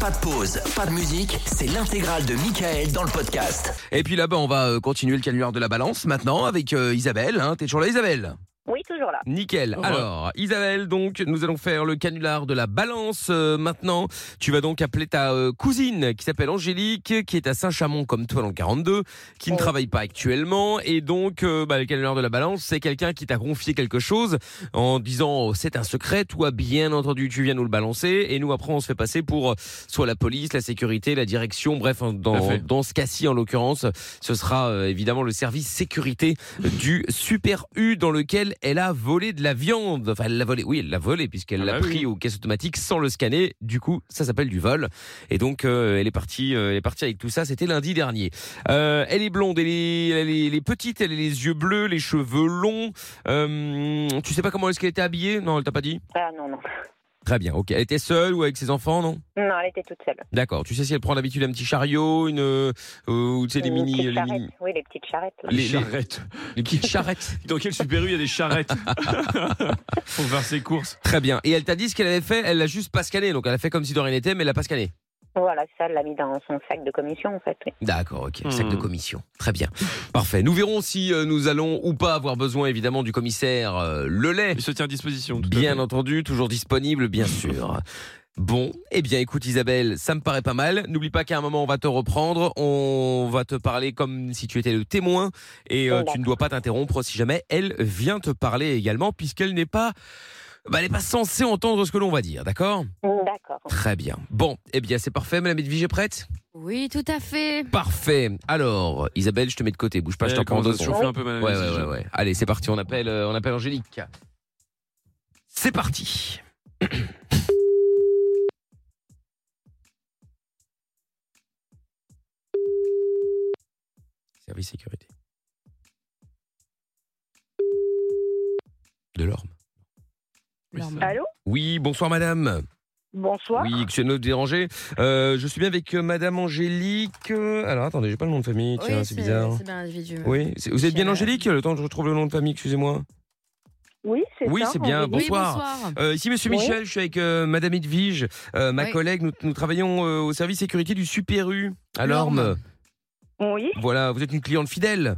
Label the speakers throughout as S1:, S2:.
S1: Pas de pause, pas de musique, c'est l'intégrale de Michael dans le podcast.
S2: Et puis là-bas, on va euh, continuer le canular de la balance maintenant avec euh, Isabelle. Hein. T'es toujours là, Isabelle
S3: Oui, toujours là.
S2: Nickel.
S4: Ouais.
S2: Alors, Isabelle, donc, nous allons faire le canular de la balance euh, maintenant. Tu vas donc appeler ta euh, cousine qui s'appelle Angélique, qui est à Saint-Chamond comme toi dans le 42, qui ne
S3: Ouais.
S2: travaille pas actuellement. Et donc, euh, bah, le canular de la balance, c'est quelqu'un qui t'a confié quelque chose en disant oh, c'est un secret. Toi, bien entendu, tu viens nous le balancer. Et nous, après, on se fait passer pour euh, soit la police, la sécurité, la direction. Bref, en-
S4: Tout à
S2: dans,
S4: fait.
S2: dans ce cas-ci, en l'occurrence, ce sera euh, évidemment le service sécurité du Super U dans lequel elle a volé de la viande. Enfin, elle l'a volé, oui, elle l'a volé puisqu'elle
S4: Ah
S2: l'a
S4: bah
S2: pris
S4: oui.
S2: aux caisses automatiques sans le scanner. Du coup, ça s'appelle du vol. Et donc, euh, elle est partie, euh, elle est partie avec tout ça. C'était lundi dernier. Euh, elle est blonde, elle est, elle est- elle est petite, elle a les yeux bleus, les cheveux longs. Euh, tu sais pas comment est-ce qu'elle était habillée Non, elle t'a pas dit.
S3: Ah non, non.
S2: Très bien. Ok. Elle était seule ou avec ses enfants Non.
S3: Non, elle était toute seule.
S2: D'accord. Tu sais si elle prend d'habitude un petit chariot, une euh, ou tu sais des
S3: Euh, Une
S2: mini, euh,
S3: petite
S2: les
S3: charrette.
S2: mini,
S3: Oui, les petites charrettes. là.
S2: Les-
S4: Les,
S2: les-
S4: charrettes.
S2: les petites charrettes.
S4: Dans quel super U il y a des charrettes pour faire ses courses
S2: Très bien. Et elle t'a dit ce qu'elle avait fait, elle l'a juste pas scanné. Donc elle a fait comme si de rien n'était, mais elle l'a pas scanné.
S3: Voilà, ça, elle l'a mis dans son sac de commission, en fait. oui.
S2: D'accord, ok.
S4: Hmm.
S2: Sac de commission. Très bien. Parfait. Nous verrons si euh, nous allons ou pas avoir besoin évidemment du commissaire euh, Lelay.
S4: Il se tient à disposition. Tout à
S2: Bien
S4: fait.
S2: entendu, toujours disponible, bien sûr. Bon, eh bien écoute Isabelle, ça me paraît pas mal. N'oublie pas qu'à un moment on va te reprendre, on va te parler comme si tu étais le témoin et
S4: Oh,
S2: euh,
S3: Bon,
S2: tu ne dois pas t'interrompre si jamais elle vient te parler également puisqu'elle n'est pas bah, elle n'est pas censée entendre ce que l'on va dire, d'accord
S3: D'accord.
S2: Très bien. Bon, eh bien, c'est parfait. Madame Edwige est prête
S5: Oui, tout à fait.
S2: Parfait. Alors, Isabelle, je te mets de côté. Bouge pas, je
S4: Elle
S2: t'en prends
S4: commence
S2: deux
S4: à se
S2: secondes.
S4: chauffer un peu, madame.
S2: Ouais, ouais,
S4: Exigeant.
S2: ouais, ouais. Allez, c'est parti. On appelle, euh, on appelle Angélique. C'est parti. Service sécurité. De l'orme.
S4: Oui,
S5: Normal.
S4: ça-
S3: Allô
S2: Oui, bonsoir madame.
S3: Bonsoir.
S2: Oui, que je ne déranger. Euh, je suis bien avec euh, Madame Angélique. euh, Alors attendez, j'ai pas le nom de famille. Tiens,
S5: Oui,
S2: c'est bizarre.
S5: C'est bien individu.
S2: Oui, c'est- vous êtes bien
S5: Michel.
S2: Angélique. Le temps que je retrouve le nom de famille, excusez-moi.
S3: Oui, c'est
S2: Oui,
S3: ça,
S2: c'est bien.
S3: Angélique.
S5: Oui,
S2: Bonsoir.
S5: bonsoir.
S2: Euh, ici Monsieur
S3: Oui.
S2: Michel, je suis avec euh, Madame Edwige, euh, ma
S5: Oui.
S2: collègue. Nous, nous travaillons euh, au service sécurité du Super U à l'Orme.
S5: L'Orme.
S3: Oui,
S2: Voilà, vous êtes une cliente fidèle.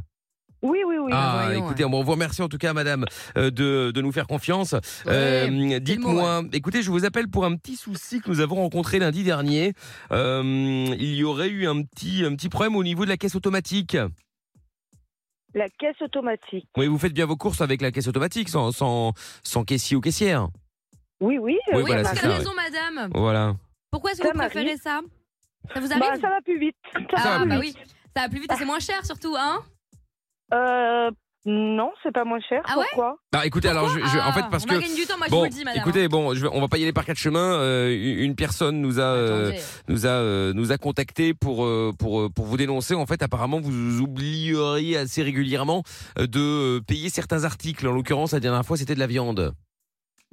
S3: oui, oui, oui.
S2: ah,
S5: voyons,
S2: écoutez, on vous remercie en tout cas, Madame, euh, de, de nous faire confiance. Euh,
S5: Ouais.
S2: Dites-moi, écoutez, je vous appelle pour un petit souci que nous avons rencontré lundi dernier. Euh, il y aurait eu un petit, un petit problème au niveau de la caisse automatique.
S3: La caisse automatique.
S2: Oui, vous faites bien vos courses avec la caisse automatique, sans, sans, sans caissier ou caissière.
S3: Oui, oui.
S2: Oui,
S3: euh,
S2: voilà,
S3: ça
S5: vous
S2: c'est
S5: avez
S2: ça,
S3: m'arrive.
S5: raison, madame.
S2: Voilà.
S5: Pourquoi est-ce que
S3: Ça
S5: vous préférez
S3: m'arrive.
S5: ça Ça vous
S3: Bah,
S5: arrive
S3: ça va plus vite. Ça
S2: va
S5: Ah,
S2: plus
S5: bah oui.
S2: vite.
S5: Ça va plus vite et c'est moins cher surtout, hein
S3: Euh, non, c'est pas moins cher.
S5: Ah ouais
S3: Pourquoi
S2: Bah, écoutez, alors, je, je- en fait,
S5: Ah,
S2: parce
S5: on
S2: que.
S5: On gagne du temps, moi je
S2: Bon,
S5: vous le dis, madame. hein.
S2: écoutez, bon, je, vais- on va pas y aller par quatre chemins. Euh, une personne nous a, euh,
S5: Attendez.
S2: nous a, euh, nous a contacté pour, euh, pour, euh, pour vous dénoncer. En fait, apparemment, vous oublieriez assez régulièrement euh, de euh, payer certains articles. En l'occurrence, la dernière fois, c'était de la viande.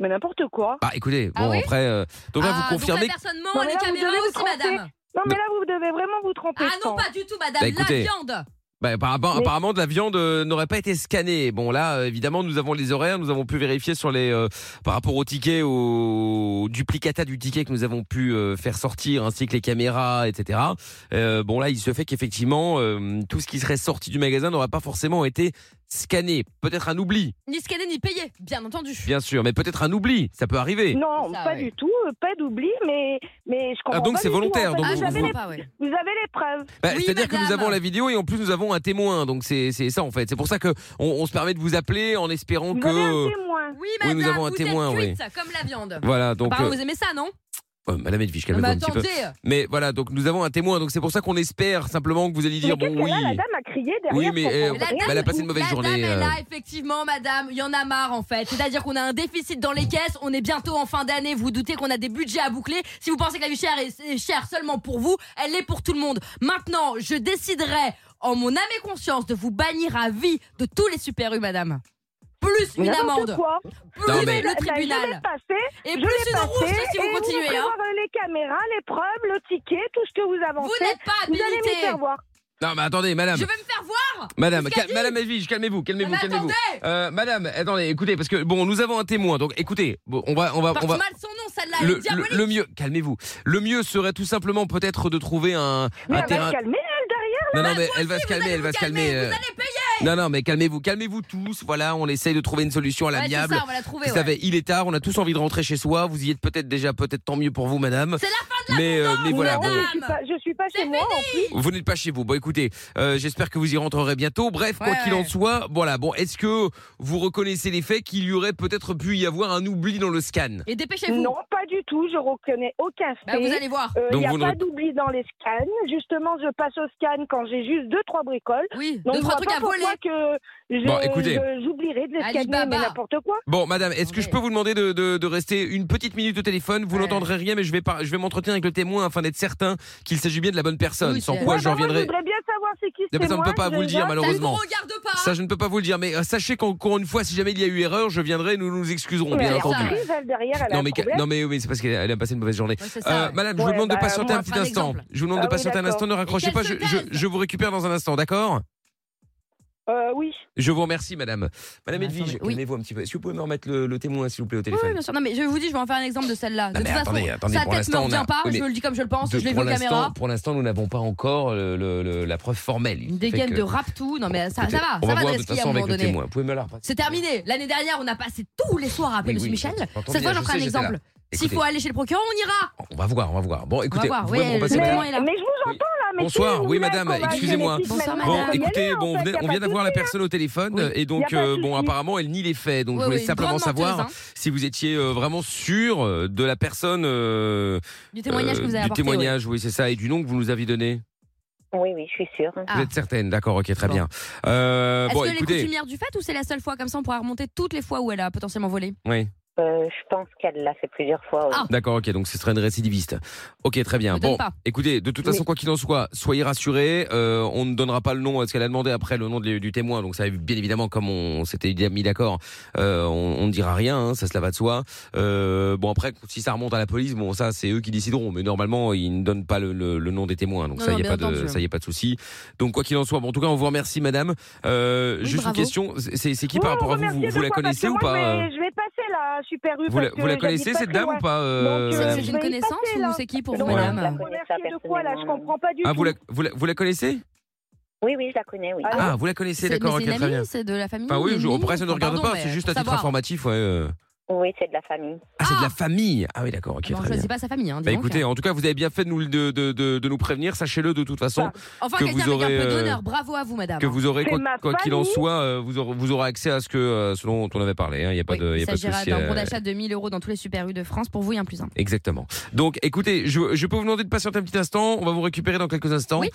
S3: Mais n'importe quoi.
S2: Ah, écoutez,
S5: Ah
S2: bon,
S5: oui
S2: après, euh, donc là,
S5: Ah,
S2: vous confirmez.
S5: Donc la personne
S3: Non,
S5: ment,
S3: mais
S5: les
S3: là, vous
S5: caméras
S3: devez vous
S5: aussi,
S3: tromper.
S5: madame.
S3: Non, mais là, vous devez vraiment vous tromper.
S5: Ah
S3: je
S5: non,
S3: pense.
S5: pas du tout, madame.
S2: Bah,
S5: la
S2: écoutez.
S5: viande.
S2: Bah, apparemment,
S3: Mais-
S2: apparemment, de la viande euh, n'aurait pas été scannée. Bon, là, euh, évidemment, nous avons les horaires, nous avons pu vérifier sur les, euh, par rapport au ticket, au duplicata du ticket que nous avons pu euh, faire sortir, ainsi que les caméras, etc. Euh, bon, là, il se fait qu'effectivement, euh, tout ce qui serait sorti du magasin n'aurait pas forcément été scanné. Peut-être un oubli,
S5: Ni scanner, ni payer, bien entendu.
S2: bien sûr, mais peut-être un oubli, ça peut arriver.
S3: Non,
S5: C'est ça,
S3: pas
S5: ouais.
S3: du tout, euh, pas d'oubli, mais, mais je
S2: Ah,
S3: comprends
S2: donc
S3: pas
S2: c'est
S3: du tout, en
S2: volontaire,
S3: fait.
S2: donc
S5: Ah,
S3: vous,
S5: je
S3: avez
S5: comprends
S3: les,
S5: pas, ouais.
S3: vous avez les preuves.
S2: Bah,
S5: Oui,
S2: C'est-à-dire que nous
S5: madame.
S2: avons la vidéo et en plus nous avons un témoin, donc c'est c'est ça en fait. C'est pour ça que on, on se permet de vous appeler en espérant
S3: Vous
S2: que
S3: avez un témoin.
S5: Oui, madame.
S2: nous avons un
S5: vous
S2: témoin,
S5: êtes
S2: oui.
S5: cuite, Comme la viande.
S2: voilà donc
S5: Apparemment,
S2: euh,
S5: vous aimez ça, non
S2: euh, Madame Edwige,
S5: Mais
S2: calmez-vous un petit peu.
S5: Bah, attendez.
S2: Mais voilà, donc nous avons un témoin, donc c'est pour ça qu'on espère simplement que vous allez dire
S3: mais qu'est-ce
S2: bon oui.
S3: qu'elle a, la dame a crié derrière
S2: Oui, mais,
S3: son
S2: euh,
S3: compte
S2: la
S3: Rien
S2: dame- bah, elle a
S3: du
S2: passé une
S3: tout.
S2: mauvaise
S5: la
S2: journée,
S5: Dame est
S2: euh.
S5: là, effectivement, madame. Il y en a marre, en fait. C'est-à-dire qu'on a un déficit dans les caisses. On est bientôt en fin d'année. Vous vous doutez qu'on a des budgets à boucler. Si vous pensez que la vie chère est, est chère seulement pour vous, elle l'est pour tout le monde. Maintenant, je déciderai, en mon âme et conscience, de vous bannir à vie de tous les super-U, madame. Plus une
S3: N'importe
S5: amende,
S3: quoi.
S5: plus
S2: Non,
S5: le-
S2: mais-
S5: le
S3: Je l'ai
S5: tribunal,
S3: passé,
S5: et
S3: je
S5: plus
S3: l'ai
S5: une
S3: passé,
S5: rouge si vous
S3: et
S5: continuez.
S3: pouvez
S5: hein.
S3: voir, euh, les caméras, les preuves, le ticket, tout ce que vous
S5: Vous
S3: avancez.
S5: n'êtes pas
S3: vous allez me
S5: habilité.
S3: faire voir.
S2: Non, mais attendez, madame.
S5: Je vais me faire voir
S2: Madame,
S5: C'est ce qu'elle
S2: cal-
S5: dit.
S2: madame Edwige, calmez-vous, calmez-vous,
S5: Mais
S2: calmez-vous.
S5: attendez
S2: Euh, madame, attendez, écoutez, parce que bon, nous avons un témoin, donc écoutez, bon, on va, on va,
S5: Porte
S2: on va.
S5: mal son nom, celle-là, elle
S2: Le,
S5: est diabolique.
S2: le- le mieux, calmez-vous. Le mieux serait tout simplement peut-être de trouver un,
S3: Mais
S2: un
S3: elle va
S2: terrain.
S3: se calmer, elle, derrière.
S2: Non, non,
S5: Bah,
S2: mais
S5: vous
S2: elle va
S5: aussi,
S2: se
S5: vous
S2: calmer,
S5: allez
S2: elle va
S5: vous
S2: se
S5: calmer,
S2: calmer. euh,
S5: Vous allez payer.
S2: Non, non, mais calmez-vous, calmez-vous tous. Voilà, on essaye de trouver une solution à
S5: Ouais, c'est
S2: l'amiable.
S5: ça, on va la trouver.
S2: vous
S5: ouais.
S2: savez, il est tard, on a tous envie de rentrer chez soi. Vous y êtes peut-être déjà, peut-être tant mieux pour vous, madame.
S5: C'est la
S2: fin de la Mais, euh, mais voilà,
S3: Non,
S2: bon.
S3: je suis pas, je suis pas
S5: C'est
S3: chez moi. en plus.
S2: Vous n'êtes pas chez vous. Bon, écoutez, euh, j'espère que vous y rentrerez bientôt. Bref, quoi
S5: Ouais,
S2: qu'il en
S5: ouais.
S2: soit, voilà. Bon, est-ce que vous reconnaissez les faits qu'il y aurait peut-être pu y avoir un oubli dans le scan
S5: Et dépêchez-vous.
S3: Non, pas du tout. Je reconnais aucun
S5: Bah, vous
S3: fait.
S5: allez voir.
S3: Euh, Il
S2: Donc
S3: n'y a
S2: vous ne
S3: pas
S2: rép-
S3: d'oubli dans les scans. Justement, je passe au scan quand j'ai juste deux, trois bricoles.
S5: Oui,
S3: Donc,
S5: deux, trois
S3: je vois
S5: trucs
S3: pas
S5: à voler.
S3: pourquoi que je-
S2: Bon, écoutez.
S3: je- j'oublierai de les scanner,
S5: Alibaba.
S3: mais n'importe quoi.
S2: Bon, madame, est-ce que je peux vous demander de, de- de rester une petite minute au téléphone Vous
S5: Ouais.
S2: n'entendrez rien, mais je vais, par- je vais m'entretenir avec le témoin afin d'être certain qu'il s'agit bien de la bonne personne.
S5: Oui,
S2: sans
S5: c'est-
S2: quoi,
S3: Ouais,
S2: j'en
S3: bah, moi, Je
S2: viendrai.
S3: voudrais bien savoir c'est qui
S2: Non,
S3: c'est
S2: mais ça, on
S3: moi,
S2: peut pas vous le dire,
S3: déjà.
S2: malheureusement.
S5: Ça ne vous regarde pas.
S2: Ça, je ne peux pas vous le dire, mais euh, sachez qu'encore une fois, si jamais il y a eu erreur, je viendrai et nous nous excuserons,
S3: Mais
S2: bien
S3: elle est
S5: alors,
S2: entendu.
S5: ça-
S3: prise, elle, hein, derrière, elle a
S2: Non
S3: un
S2: mais,
S3: problème.
S2: non, mais oui, c'est parce qu'elle elle a passé une mauvaise journée.
S5: Ouais, c'est
S2: Euh,
S5: ça. ouais.
S2: madame, je vous
S3: Ouais,
S2: demande de
S3: bah,
S2: patienter
S3: moi,
S2: un petit
S5: par
S2: instant.
S5: exemple.
S2: Je vous demande
S3: Ah
S2: de
S3: oui,
S2: patienter un
S3: d'accord.
S2: instant, ne raccrochez
S5: Et
S2: pas,
S5: qu'elle
S2: je,
S5: se
S2: je-
S5: taise.
S2: je vous récupère dans un instant, d'accord
S3: Euh, oui.
S2: Je vous remercie, madame. Madame
S5: Ah,
S2: Edwige,
S5: attendez, oui.
S2: calmez-vous un petit peu. Est-ce que vous pouvez me remettre le, le témoin, s'il vous plaît, au
S5: Oui,
S2: téléphone
S5: oui, bien sûr. Non, mais je vous dis, je vais en faire un exemple de celle-là.
S2: Non,
S5: De toute
S2: mais
S5: façon,
S2: attendez, attendez,
S5: sa
S2: pour
S5: tête
S2: l'instant,
S5: me
S2: on a-
S5: revient pas.
S2: oui,
S5: Je
S2: mais
S5: le dis comme je le pense.
S2: De-
S5: je l'ai vu
S2: pour
S5: en caméra.
S2: l'instant, pour l'instant, nous n'avons pas encore euh, le- le- la preuve formelle.
S5: Une
S2: Fait
S5: dégaine
S2: que-
S5: de rap tout. Non, mais ça, ça va.
S2: On
S5: Ça
S2: va
S5: va
S2: voir de
S5: de
S2: toute
S5: ski à
S2: façon
S5: un moment
S2: avec le
S5: donné.
S2: témoin. Vous pouvez me la repartir.
S5: C'est terminé. L'année dernière, on a passé tous les soirs à appeler
S2: Oui,
S5: Monsieur
S2: oui,
S5: Michel.
S2: j'ai entendu,
S5: Cette fois,
S2: je
S5: j'en ferai
S2: sais,
S5: un
S2: j'étais là.
S5: exemple. S'il
S2: Écoutez,
S5: faut aller chez le procureur, on ira.
S2: On va voir, on va voir. Bon, écoutez,
S5: voir,
S2: vous pouvez
S5: ouais,
S2: me repasser
S5: le
S2: le
S5: témoin
S2: témoin.
S5: est
S3: mais,
S5: là.
S3: mais je vous
S2: Oui.
S3: entends là. Mais
S2: Bonsoir,
S3: si,
S2: oui,
S3: vous voulez
S2: madame,
S3: qu'on va
S2: excusez-moi.
S3: appeler les
S5: Bonsoir,
S3: petites
S5: madame.
S2: Bon,
S3: maintenant, on va y
S2: écoutez,
S3: aller, en
S2: bon, on
S3: fait,
S2: venait-
S3: y a
S2: on
S3: pas
S2: vient
S3: de
S2: d'avoir la
S3: souci, hein.
S2: personne au téléphone
S5: Oui.
S2: et
S3: Y
S2: donc
S3: a pas de
S2: euh, bon,
S3: souci.
S2: apparemment, elle nie les faits. Donc,
S5: Oui,
S2: je voulais
S5: oui, une grande
S2: simplement savoir
S5: menteuse, hein.
S2: si vous étiez euh, vraiment sûr euh, de la personne euh,
S5: hein, Du témoignage
S2: euh,
S5: que vous avez
S2: du
S5: apporté. ouais.
S2: témoignage, oui, c'est ça, et du nom que vous nous aviez donné.
S3: Oui, oui, je suis sûre.
S5: Ah.
S2: Vous êtes certaine, d'accord, ok, très
S5: Bon.
S2: bien. Euh,
S5: Est-ce
S2: bon,
S5: que les
S2: écoutez,
S5: coutumières du fait ou c'est la seule fois comme ça on pourra remonter toutes les fois où elle a potentiellement volé
S2: oui,
S6: Euh, je pense qu'elle l'a fait plusieurs fois. oui.
S5: Ah.
S2: d'accord, ok, donc ce serait une récidiviste. Ok, très bien.
S5: Me donne
S2: Bon,
S5: pas.
S2: écoutez, de toute façon, quoi qu'il en soit, soyez rassurés, euh, on ne donnera pas le nom, parce qu'elle a demandé après le nom de- du témoin, donc ça, bien évidemment, comme on s'était mis d'accord, euh, on on ne dira rien, hein, ça cela va de soi. Euh, bon, après, si ça remonte à la police, bon, ça, c'est eux qui décideront, mais normalement, ils ne donnent pas le, le- le nom des témoins, donc
S5: Non,
S2: ça,
S5: non,
S2: il n'y a,
S5: bien
S2: pas de-
S5: entendu.
S2: ça, y a pas de souci. Donc, quoi qu'il en soit, bon, en tout cas, on vous remercie, madame. Euh,
S5: Oui,
S2: juste
S5: bravo.
S2: une question, c'est c'est qui
S3: Oui,
S2: par rapport à vous
S3: remerciez
S2: Vous,
S3: de
S2: vous la
S3: quoi, parce que
S2: connaissez ou
S3: moi,
S2: pas
S3: je
S2: euh
S3: vais- Je vais passer la super rue.
S2: vous la,
S3: parce que
S2: vous la
S3: j'habite
S2: connaissez
S3: pas
S2: cette
S3: très
S2: dame
S3: loin.
S2: ou pas euh,
S3: Donc,
S5: C'est
S3: euh,
S5: c'est
S3: je
S5: une
S3: vais y
S5: connaissance
S3: passer,
S5: ou
S3: là.
S5: c'est qui pour
S6: Non,
S5: vous,
S6: je
S3: Voilà.
S5: madame
S6: la connais pas
S3: Remercier de quoi là Je
S6: personnellement,
S3: comprends pas du
S2: Ah,
S3: tout.
S2: vous la, vous, la, vous la connaissez
S6: Oui, oui, je la connais, oui.
S3: Ah,
S2: Ah, vous la connaissez,
S5: C'est- mais
S2: d'accord,
S5: c'est
S2: ok,
S5: une
S2: très bien.
S5: amie, c'est de la famille.
S2: Enfin, oui,
S5: une
S2: je,
S5: amie
S2: après, ça ne
S5: Enfin,
S2: regarde
S5: pardon,
S2: pas,
S5: mais
S2: c'est juste
S5: faut
S2: à titre
S5: savoir.
S2: informatif, ouais. euh.
S6: Oui, c'est de la famille.
S2: Ah, c'est de
S5: Ah
S2: la famille Ah oui, d'accord, ok,
S5: Bon,
S2: très
S5: je
S2: bien.
S5: sais pas sa famille. Hein, dis
S2: Bah
S5: donc.
S2: écoutez, en tout cas, vous avez bien fait de nous, de, de, de, de nous prévenir, sachez-le de toute
S5: Bah,
S2: façon,
S5: enfin,
S2: que
S5: quelqu'un
S2: vous aurez,
S5: avec un peu
S2: euh,
S5: d'honneur. Bravo à vous, madame.
S2: que vous aurez,
S3: C'est
S2: quoi
S3: ma
S2: quoi qu'il en
S3: famille.
S2: soit, euh, vous, aurez, vous aurez accès à ce que, euh, ce dont on avait parlé, il n'y a pas
S5: Oui,
S2: de, y a
S5: il
S2: pas de
S5: s'agira
S2: souci.
S5: d'un
S2: euh,
S5: bon d'achat de 1000 euros dans tous les super rues de France pour vous et un plus un.
S2: Exactement. Donc, écoutez, je, je peux vous demander de patienter un petit instant. On va vous récupérer dans quelques instants.
S5: Oui.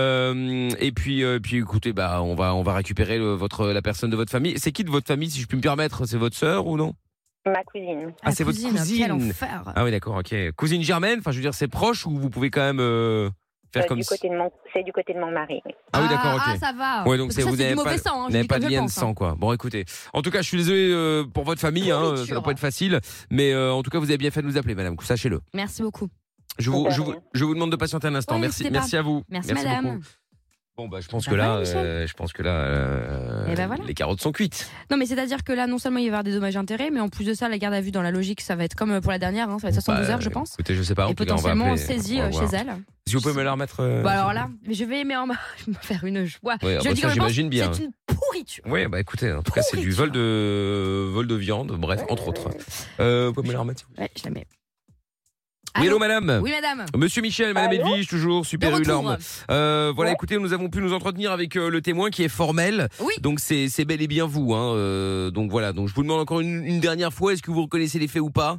S2: Euh, et puis, euh, puis, écoutez, bah, on va, on va récupérer le- votre, la personne de votre famille. C'est qui de votre famille, si je puis me permettre C'est votre sœur ou non
S6: Ma cousine.
S2: Ah,
S5: La
S2: c'est votre
S5: Quel
S2: cousine.
S5: enfer.
S2: Ah oui, d'accord, ok. Cousine Germaine. Enfin, je veux dire, c'est proche ou vous pouvez quand même euh, faire
S6: Euh,
S2: comme
S6: du
S2: si.
S6: côté de mon... C'est du côté de mon mari. oui.
S2: Ah oui, d'accord, ok.
S5: Ah, ça va.
S2: Ouais, donc c'est-
S5: Parce que ça,
S2: vous
S5: c'est
S2: n'avez
S5: du
S2: pas-
S5: mauvais sang. hein,
S2: Vous
S5: je
S2: n'avez
S5: dis
S2: pas
S5: comme
S2: de
S5: je
S2: lien de
S5: pense, hein.
S2: sang, quoi. Bon, écoutez. En tout cas, je suis désolé euh, pour votre famille. Hein,
S5: Pourriture.
S2: ça doit pas être facile. Mais euh, en tout cas, vous avez bien fait de nous appeler, madame. Sachez-le.
S5: Merci beaucoup.
S2: Je vous,
S6: De
S2: je, vous,
S6: rien.
S2: je vous demande de patienter un instant.
S5: Ouais,
S2: merci,
S5: n'hésitez pas.
S2: merci à vous.
S5: Merci, madame.
S2: beaucoup. Bon bah je pense
S5: Ça
S2: que
S5: va,
S2: là,
S5: Michel
S2: euh, je pense que là, euh,
S5: Eh ben voilà.
S2: les carottes sont cuites.
S5: Non, mais c'est-à-dire que là, non seulement il va y avoir des dommages intérêts, mais en plus de ça, la garde à vue dans la logique, ça va être comme pour la dernière, hein, ça va être 72
S2: Bah,
S5: heures, je pense.
S2: Écoutez, je sais pas. en
S5: Et
S2: tout cas, on va
S5: potentiellement
S2: appeler,
S5: saisie
S2: on va
S5: euh,
S2: voir.
S5: chez elle.
S2: Si vous pouvez me la remettre. euh,
S5: Bon, alors là, je vais mais en... je vais me faire une joie.
S2: Ouais, ah
S5: je
S2: bah
S5: le dis
S2: ça,
S5: comme je pense,
S2: j'imagine bien.
S5: C'est une pourriture.
S2: Ouais, bah écoutez, en tout cas, c'est du vol de vol de viande, bref, entre autres. Euh, vous pouvez me la remettre. s'il vous plaît
S5: Ouais, je la mets.
S2: Oui, hello,
S5: Allô
S2: madame.
S5: Oui, madame.
S2: Monsieur Michel, Madame
S3: Allô
S2: Edwige, toujours
S5: De
S2: super
S5: retour.
S2: Ularme. Euh, voilà,
S3: Ouais.
S2: écoutez, nous avons pu nous entretenir avec euh, le témoin qui est formel.
S5: Oui.
S2: Donc c'est c'est bel et bien vous. Hein. euh, donc voilà. Donc je vous demande encore une, une dernière fois, est-ce que vous reconnaissez les faits ou pas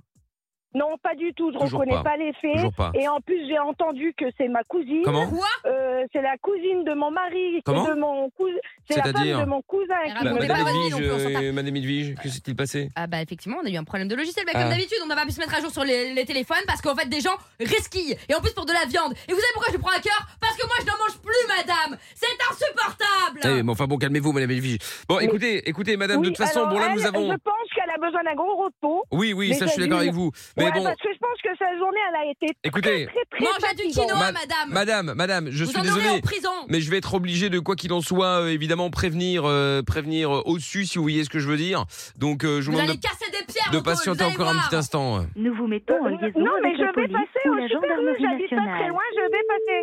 S3: Non, pas du tout. Je
S2: Toujours
S3: reconnais
S2: pas.
S3: pas, les faits.
S2: Toujours pas.
S3: Et en plus, j'ai entendu que c'est ma cousine.
S2: Comment
S5: Quoi
S3: Euh, c'est la cousine de mon mari. c'est
S2: Comment
S3: de mon cous- C'est la femme
S2: C'est-à-dire
S3: de mon cousin.
S5: Elle
S3: qui
S5: raconte
S3: me
S5: des
S3: parle.
S5: pas bonnes nuits non
S2: Bah, Edwige,
S5: plus, on s'entend.
S2: euh, Madame Edwige, que s'est-il passé
S5: Ah bah effectivement, on a eu un problème de logiciel, mais
S2: Ah.
S5: comme d'habitude, on n'a pas pu se mettre à jour sur les, les téléphones parce qu'en fait des gens resquillent et en plus pour de la viande. Et vous savez pourquoi je le prends à cœur Parce que moi je n'en mange plus, madame. C'est insupportable.
S2: Eh, mais enfin bon, calmez-vous, Madame Edwige. Bon,
S3: Oui.
S2: écoutez, écoutez, Madame, de
S3: Oui,
S2: toute façon,
S3: alors
S2: bon là,
S3: elle,
S2: nous avons.
S3: Je pense qu'elle a besoin d'un gros repos.
S2: Oui, oui,
S3: Mais
S2: ça, je suis
S3: j'ai
S2: d'accord
S3: vu-
S2: avec vous. Mais
S3: Ouais, bah,
S2: bon,
S3: Parce que je pense que sa journée, elle a été
S2: écoutez,
S3: très, très, très
S5: Mangez du
S3: fatigant.
S2: Ma-
S5: quinoa, madame.
S2: Madame, madame, je
S5: Vous
S2: suis
S5: en aurez en
S2: désolé.
S5: prison.
S2: Mais je vais être obligé de quoi qu'il en soit, euh, évidemment prévenir, euh, prévenir euh, au-dessus si vous voyez ce que je veux dire. Donc euh, je vous
S5: Vous
S2: demande
S5: allez casser des pierres.
S2: de, de
S5: Antoine, vous
S2: patienter
S5: allez
S2: encore un
S5: voir.
S2: petit instant. euh.
S7: Nous vous mettons en liaison
S3: non, mais
S7: avec
S3: je
S7: la
S3: vais
S7: police
S3: passer
S7: ou
S3: au
S7: la
S3: Super U,
S7: gendarmerie
S3: j'habite pas très
S7: nationale.
S3: loin, je vais passer.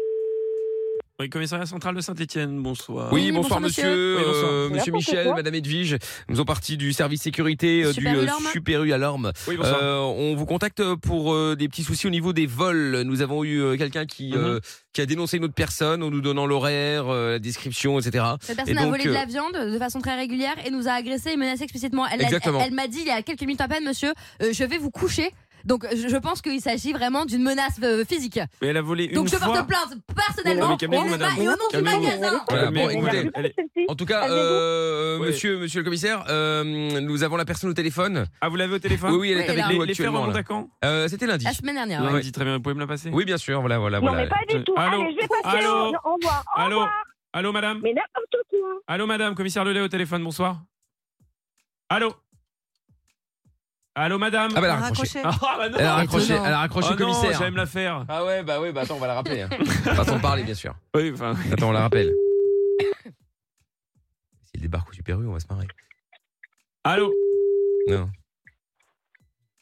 S4: Oui, commissariat central de Saint-Etienne, bonsoir.
S2: Oui, bonsoir, monsieur,
S4: Oui, bonsoir.
S2: euh, monsieur
S3: N'importe
S2: Michel,
S3: quoi.
S2: madame Edwige. Nous faisons partie du service sécurité euh, du
S5: Super U
S2: euh,
S5: Lorme.
S2: Super U Alarme.
S4: Oui, bonsoir.
S2: Euh, on vous contacte pour euh, des petits soucis au niveau des vols. Nous avons eu euh, quelqu'un qui, euh, qui a dénoncé une autre personne en nous donnant l'horaire, euh, la description, etc.
S5: Cette personne
S2: Et
S5: a
S2: donc,
S5: volé de
S2: euh,
S5: la viande de façon très régulière et nous a agressé et menacé explicitement. Elle, l'a-
S2: Exactement.
S5: elle, elle m'a dit il y a quelques minutes à peine, monsieur, euh, je vais vous coucher. Donc je je pense qu'il s'agit vraiment d'une menace euh, physique.
S4: Mais elle a volé une
S5: Donc je
S4: fois.
S5: porte plainte
S4: Non,
S5: personnellement
S4: mais calmez-vous,
S5: au nom-
S4: madame.
S5: et au nom du
S4: Calmez-vous.
S5: magasin.
S2: Voilà, bon,
S4: Mais-
S2: écoutez.
S4: Elle est-
S2: En tout cas,
S3: Calmez-vous.
S2: euh,
S4: Oui.
S2: monsieur, monsieur le commissaire, euh, nous avons la personne au téléphone.
S4: Ah, vous l'avez au téléphone
S2: Oui, oui, elle
S5: Oui,
S2: est
S5: elle est
S2: avec nous
S5: là.
S4: Les, les faits
S2: actuellement.
S4: remontent
S2: là.
S4: à quand
S2: Euh, C'était lundi.
S5: La semaine dernière.
S4: Vous
S5: ouais.
S4: m'avez Ah, dit très bien, vous pouvez me la passer
S2: Oui, bien sûr, voilà, voilà,
S3: Non,
S2: voilà.
S3: mais pas du tout.
S4: Allô
S3: Allez, je vais passer.
S4: Allô
S3: Non, Au revoir. Au
S4: Allô
S3: revoir.
S4: Allô, madame
S3: Mais n'importe quoi.
S4: Allô, madame, commissaire Lelay au téléphone, bonsoir. Allô Allô, madame
S2: Ah bah, elle a raccroché.
S4: Ah, bah non
S2: Elle a raccroché,
S5: Étonnant.
S2: elle a raccroché
S4: Oh non,
S2: commissaire.
S4: j'aime la faire.
S2: Ah ouais, bah oui, bah attends, on va la rappeler. hein. Pas sans parler, bien sûr.
S4: Oui, enfin...
S2: Attends, on la rappelle. S'il débarque au Super U, on va se marrer.
S4: Allô
S2: Non.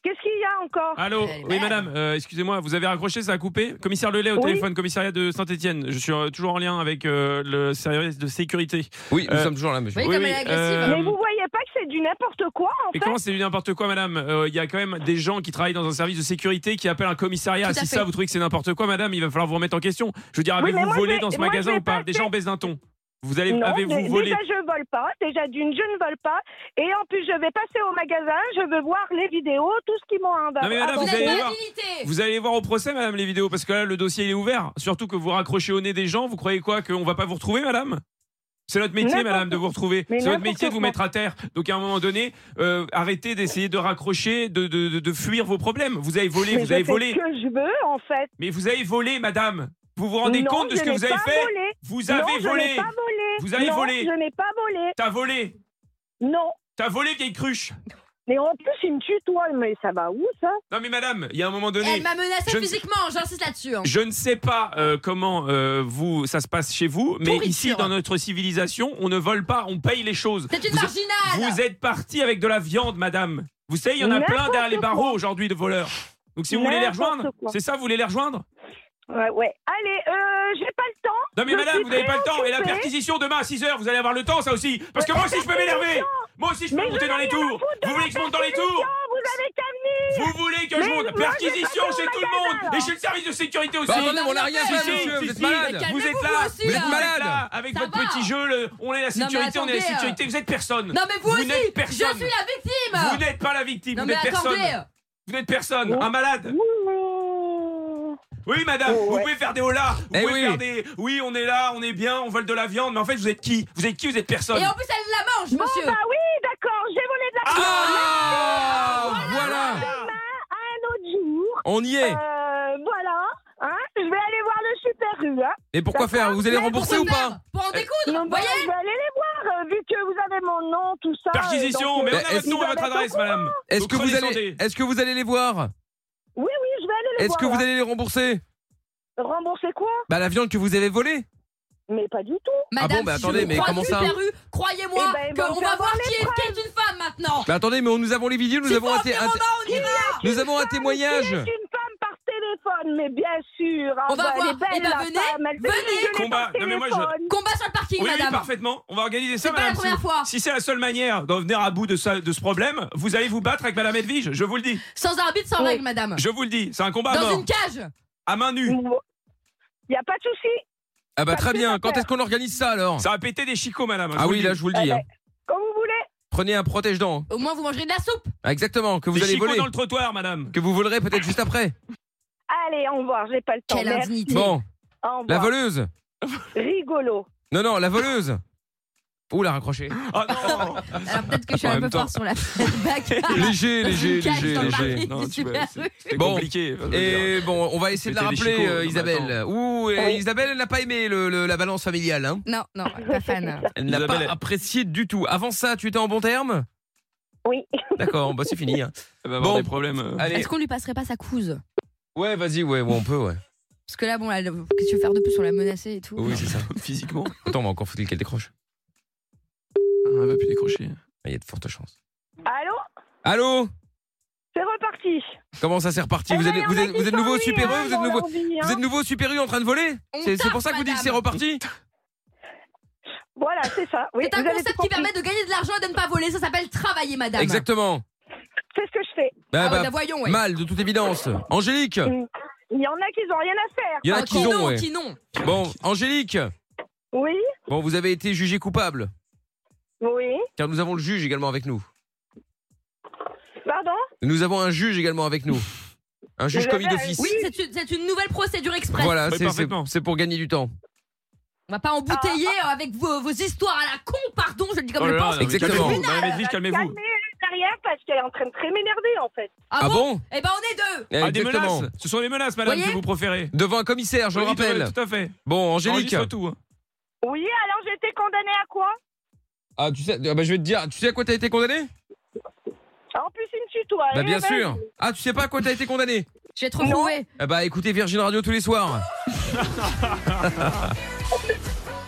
S3: Qu'est-ce qu'il y a encore
S4: Allô
S5: Elle est
S4: Oui,
S5: malade.
S4: madame, euh, excusez-moi, vous avez raccroché, ça a coupé Commissaire Lelay au
S3: Eh ben. Oui.
S4: téléphone, commissariat de Saint-Etienne. Je suis euh, toujours en lien avec euh, le service de sécurité.
S2: Oui, nous
S4: Euh,
S2: sommes toujours là, monsieur.
S5: Oui, comme elle est agressive.
S3: hein. Mais vous voyez pas que c'est du n'importe quoi, en
S4: Et
S3: fait
S4: comment c'est du n'importe quoi, madame Euh, Il y a quand même des gens qui travaillent dans un service de sécurité qui appellent un commissariat.
S5: Tout à
S4: Si
S5: fait.
S4: ça, vous trouvez que c'est n'importe quoi, madame, il va falloir vous remettre en question. Je veux dire,
S3: Oui,
S4: avez-vous
S3: mais moi,
S4: volé
S3: j'ai-
S4: dans ce
S3: moi,
S4: magasin
S3: j'ai
S4: ou pas
S3: pas
S4: Déjà, on baisse d'un ton. Vous avez,
S3: Non,
S4: avez-vous
S3: dé-
S4: volé
S3: déjà je vole pas, déjà d'une je ne vole pas, et en plus je vais passer au magasin, je veux voir les vidéos, tout ce qu'ils m'ont inventé.
S4: Non, mais madame,
S5: Vous
S4: vous
S5: n'êtes
S4: allez
S5: pas
S4: voir.
S5: habilité.
S4: Vous allez voir au procès, madame, les vidéos, parce que là, le dossier il est ouvert. Surtout que vous raccrochez au nez des gens, vous croyez quoi Qu'on va pas vous retrouver, madame c'est notre métier,
S3: N'importe
S4: madame, de vous retrouver.
S3: Mais
S4: C'est notre
S3: n'importe
S4: métier de vous
S3: quoi.
S4: mettre à terre. Donc, à un moment donné, euh, arrêtez d'essayer de raccrocher, de, de- de- de fuir vos problèmes. Vous avez volé,
S3: Mais
S4: vous
S3: je
S4: avez
S3: fais
S4: volé.
S3: ce que je veux, en fait.
S4: Mais vous avez volé, madame. Vous vous rendez
S3: Non,
S4: compte de
S3: je
S4: ce que
S3: n'ai
S4: vous avez
S3: pas
S4: fait
S3: volé.
S4: Vous
S3: Non,
S4: avez
S3: je n'ai
S4: volé.
S3: pas volé.
S4: Vous avez
S3: Non,
S4: volé.
S3: Je n'ai pas volé.
S4: T'as volé.
S3: Non.
S4: T'as volé, vieille cruche.
S3: Mais en plus, il me tutoie. Mais ça va où, ça
S4: Non, mais madame, il y a un moment
S5: Elle
S4: donné.
S5: m'a menacé
S4: je ne-
S5: physiquement, j'insiste là-dessus. hein.
S4: Je ne sais pas euh, comment euh, vous ça se passe chez vous, mais
S5: Pourriture.
S4: ici dans notre civilisation, on ne vole pas, on paye les choses.
S5: C'est une
S4: Vous-
S5: marginale.
S4: Vous êtes parti avec de la viande, madame. Vous savez, il y en a
S3: N'importe
S4: plein derrière les
S3: quoi.
S4: barreaux aujourd'hui de voleurs. Donc si vous voulez les
S3: N'importe
S4: rejoindre,
S3: quoi.
S4: c'est ça, vous voulez les rejoindre
S3: Ouais, ouais. Allez, euh, j'ai pas le temps.
S4: Non mais
S3: Je
S4: madame,
S3: suis
S4: vous n'avez pas le temps. Et la
S3: préoccupée.
S4: perquisition demain à 6h, vous allez avoir le temps ça aussi. Parce que moi aussi je peux m'énerver. Moi aussi je peux
S3: Mais
S4: monter
S3: je
S4: dans les
S3: n'ai rien à
S4: tours.
S3: foutre de
S4: Vous voulez que je
S3: la
S4: monte dans les tours
S3: perquisition, Vous avez qu'à venir.
S4: Vous voulez que
S3: Mais
S4: je monte
S3: moi, j'ai
S4: Perquisition
S3: pas fait
S4: chez
S3: mon
S4: tout le monde
S3: magasin.
S4: et chez le service de sécurité aussi.
S2: Bah, attendez, mais on n'a rien fait,
S5: Si, si,
S2: monsieur,
S4: si,
S2: vous êtes
S4: si,
S2: malade.
S5: calmez-vous,
S4: Vous êtes
S5: vous
S4: là,
S5: aussi,
S4: vous
S5: là.
S4: êtes malade là, avec
S5: Ça
S4: votre
S5: va.
S4: petit jeu, le- on est la
S5: mais
S4: sécurité, on est la
S5: attendez,
S4: sécurité, vous êtes personne.
S5: Non mais vous,
S4: Vous
S5: aussi,
S4: n'êtes
S5: je suis la
S4: personne.
S5: victime.
S4: Vous n'êtes pas la victime,
S5: non
S4: vous
S5: mais
S4: n'êtes
S5: attendez.
S4: personne. Vous n'êtes personne, un malade.
S3: Ouh.
S4: Oui madame,
S3: Oh,
S4: vous
S3: ouais.
S4: pouvez faire des holas, vous
S2: Eh
S4: pouvez
S2: oui.
S4: faire des oui, on est là, on est bien, on vole de la viande, mais en fait vous êtes qui Vous êtes qui Vous êtes personne.
S5: Et en plus elle la mange,
S3: Bon,
S5: monsieur.
S3: bah oui, d'accord, j'ai volé de la
S2: Ah Voilà
S3: un autre jour.
S2: On y est
S3: Euh, voilà. Hein, je vais aller voir le Super U. Hein.
S2: Et pourquoi faire Vous allez
S3: Mais
S2: rembourser
S5: Pour
S2: ou
S5: se faire,
S2: pas Euh,
S5: Pour en découdre,
S3: Non,
S5: vous
S3: bah,
S5: voyez
S3: je vais aller les voir, euh, vu que vous avez mon nom, tout ça. euh,
S4: Perquisition,
S3: donc,
S4: mais on
S2: euh,
S4: a
S2: est-ce-
S4: votre nom et votre adresse madame.
S2: Est-ce
S4: Donc,
S2: que vous allez
S4: redescendez.
S2: Est-ce que vous allez les voir
S3: Oui, oui, je vais aller les
S2: Est-ce
S3: voir.
S2: que vous
S3: là.
S2: allez les rembourser
S3: Rembourser quoi
S2: Bah la viande que vous avez volée
S3: Mais pas du tout.
S5: Madame,
S2: Ah bon, mais
S5: si je
S2: attendez,
S5: vous
S2: mais
S5: croise
S2: comment ça
S5: Super U, croyez-moi
S3: Eh ben, ils vont
S5: qu'on
S3: faire
S5: va voir
S3: voir
S5: qui est, qui est une femme maintenant.
S2: Bah attendez, mais on- nous avons les vidéos, nous
S5: S'il
S2: avons
S5: faut
S2: un
S5: en
S2: té-
S5: faire
S2: un
S5: un
S2: té-
S5: an, on ira.
S2: nous avons un témoignage
S3: C'est une femme par téléphone, mais bien sûr.
S5: On va
S3: voir.
S5: voir. Eh ben, venez, venez.
S4: Combat. Non, mais moi, je-
S5: Combat sur le parking,
S4: Oui, oui,
S5: madame.
S4: parfaitement. On va organiser ça,
S5: C'est pas la
S4: madame.
S5: première
S4: Si-
S5: fois.
S4: Si c'est la seule manière d'en venir à bout de, ça- de ce problème, vous allez vous battre avec madame Edwige, je vous le dis.
S5: Sans arbitre,
S2: Oh.
S5: sans
S3: Oui.
S5: règle, madame.
S4: Je vous le dis, c'est un
S2: ah,
S4: combat à
S5: Dans
S4: mort.
S5: une cage.
S4: À main nue.
S3: Il n'y a pas de souci.
S2: Ah bah très
S3: Parce que
S2: bien,
S3: ça
S2: quand
S3: fait-
S2: est-ce qu'on organise ça alors
S4: Ça a pété des chicots, madame.
S2: Ah oui, là je vous le
S3: Eh
S2: dis.
S3: ben,
S2: hein.
S3: Comme vous voulez.
S2: Prenez un protège-dents.
S5: Au moins, vous mangerez de la
S3: Oh,
S5: soupe.
S2: Ah, Exactement, que vous
S4: des
S2: allez
S4: chicots
S2: voler.
S4: dans le trottoir, madame.
S2: Que vous volerez peut-être juste après.
S3: Allez, au revoir, j'ai pas le temps.
S5: Quelle
S3: merci.
S5: indignité.
S2: Bon,
S3: Au
S2: la
S3: revoir.
S2: voleuse.
S3: Rigolo.
S2: Non, non, la voleuse. Ouh, la raccrochée.
S4: Ah non
S5: Alors peut-être que je suis
S2: En
S5: un
S2: même
S5: peu
S2: temps.
S5: fort sur la bagarre.
S2: Léger,
S5: Dans
S2: léger,
S5: une cage
S2: léger,
S5: dans le parc.
S2: léger.
S5: Paris,
S4: Non,
S5: c'est
S4: tu vois,
S5: super
S4: c'est c'est
S2: Bon.
S4: compliqué. enfin, je veux dire.
S2: Et bon, on va essayer de la
S4: Mettez des
S2: rappeler,
S4: chicots,
S2: euh,
S4: non, mais
S2: Isabelle. Ouh, euh,
S3: Oui.
S2: Isabelle, elle n'a pas aimé le- le- la balance familiale. Hein.
S5: Non, non, pas fan.
S2: Elle n'a pas
S4: Isabelle, elle-
S2: apprécié du tout. Avant ça, tu étais en bon terme
S3: Oui.
S2: D'accord, bah c'est fini. hein.
S4: Elle va avoir
S2: Bon. Ah,
S4: des problèmes. euh.
S2: Allez.
S5: Est-ce qu'on lui passerait pas sa couze
S2: Ouais, vas-y, ouais, ouais, on peut, ouais.
S5: Parce que là, bon, là, le- qu'est-ce que tu veux faire de plus On l'a menacé et tout.
S4: Oui, c'est ça. Physiquement,
S2: Attends, on va encore foutre qu'elle décroche. Ah,
S4: elle va plus décrocher.
S2: Il y a de fortes chances.
S3: Allô
S2: Allô
S3: C'est reparti.
S2: Comment ça c'est reparti Vous
S3: Eh
S2: êtes,
S3: ouais,
S2: vous
S3: on a
S2: êtes, vous
S3: dit
S2: êtes nouveau au
S3: sans
S2: Super
S3: lui,
S2: U
S3: hein,
S2: Vous êtes
S3: dans
S2: nouveau,
S3: leur vie,
S2: vous
S3: hein.
S2: êtes nouveau au Super U en train de voler
S5: On
S2: C'est c'est pour ça que
S5: tape,
S2: vous dites que c'est
S5: madame.
S2: reparti
S3: Voilà, c'est ça. Oui,
S5: C'est un
S3: vous avez
S5: concept
S3: tout
S5: qui
S3: compris.
S5: permet de gagner de l'argent et de ne pas voler. Ça s'appelle travailler, madame.
S2: Exactement.
S3: C'est ce que je fais.
S2: Bah,
S5: Ah, ouais,
S2: bah,
S5: bah, voyons, ouais.
S2: Mal, de toute évidence. Angélique
S3: Il y en a qui n'ont rien à faire.
S2: Il y en
S5: Ah,
S2: a qui ont,
S5: non,
S2: ouais.
S5: qui non.
S2: Bon, Angélique
S3: Oui,
S2: Bon, vous avez été jugé coupable,
S3: oui.
S2: car nous avons le juge également avec nous.
S3: Pardon
S2: Nous avons un juge également avec nous. Un juge
S3: Vous
S2: commis
S3: avez un-
S2: d'office.
S5: Oui, c'est une, c'est une nouvelle procédure express.
S2: Voilà,
S4: Oui,
S2: c'est- c'est
S4: parfaitement.
S2: c'est pour gagner du temps.
S5: On va pas embouteiller euh, avec vos, vos histoires à la con, pardon, je le dis comme
S4: Oh
S5: je
S4: là
S5: le
S4: là,
S5: pense.
S4: non, mais
S2: Exactement.
S4: calmez-vous. Madame Edwige,
S3: Calmez
S4: calmez-vous.
S3: derrière parce qu'elle est en train de très m'énerver en fait.
S5: Ah,
S2: Ah
S5: bon,
S2: bon
S5: Eh ben, on est deux.
S2: Eh,
S4: Ah, des
S2: Exactement.
S4: menaces. Ce sont les menaces, madame,
S5: Voyez
S4: que vous préférez.
S2: Devant un commissaire, je le
S4: Oui, tout à-
S2: rappelle.
S4: Tout à fait.
S2: Bon, Angélique.
S4: Enregistre tout. hein.
S3: Oui, alors j'ai été condamnée à quoi
S2: Ah, tu sais, ah, bah, je vais te dire, tu sais à quoi t'as été condamné
S3: En plus, il me tutoie.
S2: Bah,
S3: Eh
S2: bien
S3: ben,
S2: sûr. Ah, tu sais pas à quoi t'as été condamné
S5: Je vais te retrouver.
S2: Ah bah écoutez Virgin Radio tous les soirs.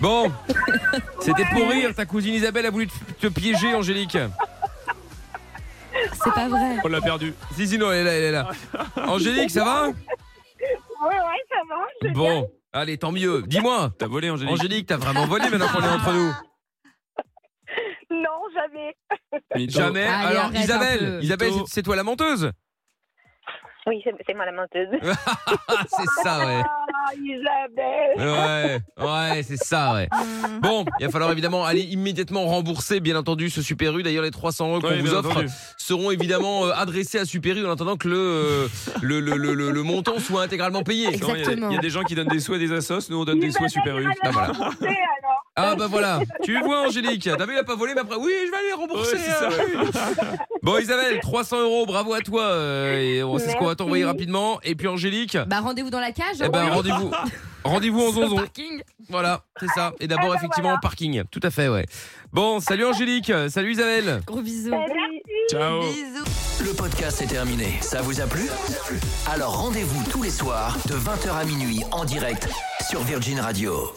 S2: bon, c'était pour rire, ta cousine Isabelle a voulu te, te piéger Angélique.
S3: Ah
S5: C'est pas vrai.
S4: On l'a perdu.
S2: Si, si, non, elle est là, elle est là. Angélique, ça va
S3: Ouais, ouais, ça va. je-
S2: Bon, allez, tant mieux. Dis-moi,
S4: T'as volé, Angélique.
S2: Angélique, t'as vraiment volé maintenant qu'on est entre nous
S3: Non, j'avais.
S4: Mais t'as-
S2: Jamais.
S5: Allez,
S2: Alors
S5: arrête un
S2: Isabelle,
S5: peu.
S2: Isabelle, c'est- c'est toi la menteuse
S6: Oui, c'est c'est moi la menteuse.
S2: Ah, c'est ça, ouais.
S3: Ah, Isabelle.
S2: Ouais, ouais, c'est ça, ouais.
S5: Hum.
S2: Bon, il va falloir évidemment aller immédiatement rembourser, bien entendu, ce Super U. D'ailleurs, les 300 euros qu'on
S4: Ouais,
S2: vous
S4: bien
S2: offre
S4: entendu.
S2: seront évidemment euh, adressés à Super U en attendant que le, euh, le, le, le, le- le montant soit intégralement payé.
S4: Non, il y a-
S5: Exactement.
S4: Il y, a des gens qui donnent des sous à des assos, nous on donne des sous à Super U.
S2: Ah, voilà.
S3: Tu sais, alors.
S2: Ah bah voilà, tu vois Angélique, t'as vu, il a pas volé, mais après, oui, je vais aller rembourser.
S4: Ouais, c'est ça,
S2: hein, oui. Bon Isabelle, 300 euros, bravo à toi. euh, et on c'est ce qu'on va t'envoyer
S3: Merci.
S2: rapidement. Et puis Angélique,
S5: Bah, rendez-vous dans la cage.
S2: eh
S5: hein.
S2: ben rendez-vous. Rendez-vous en
S5: Sur le
S2: zonzon.
S5: parking.
S2: Voilà, c'est ça. Et d'abord,
S3: Ah bah
S2: effectivement,
S3: voilà.
S2: en parking. Tout à fait, ouais. Bon, salut Angélique. Salut Isabelle.
S5: Gros bisous.
S3: Salut.
S4: Ciao.
S5: Bisous.
S1: Le podcast est terminé. Ça vous a plu Alors rendez-vous tous les soirs de 20h à minuit en direct sur Virgin Radio.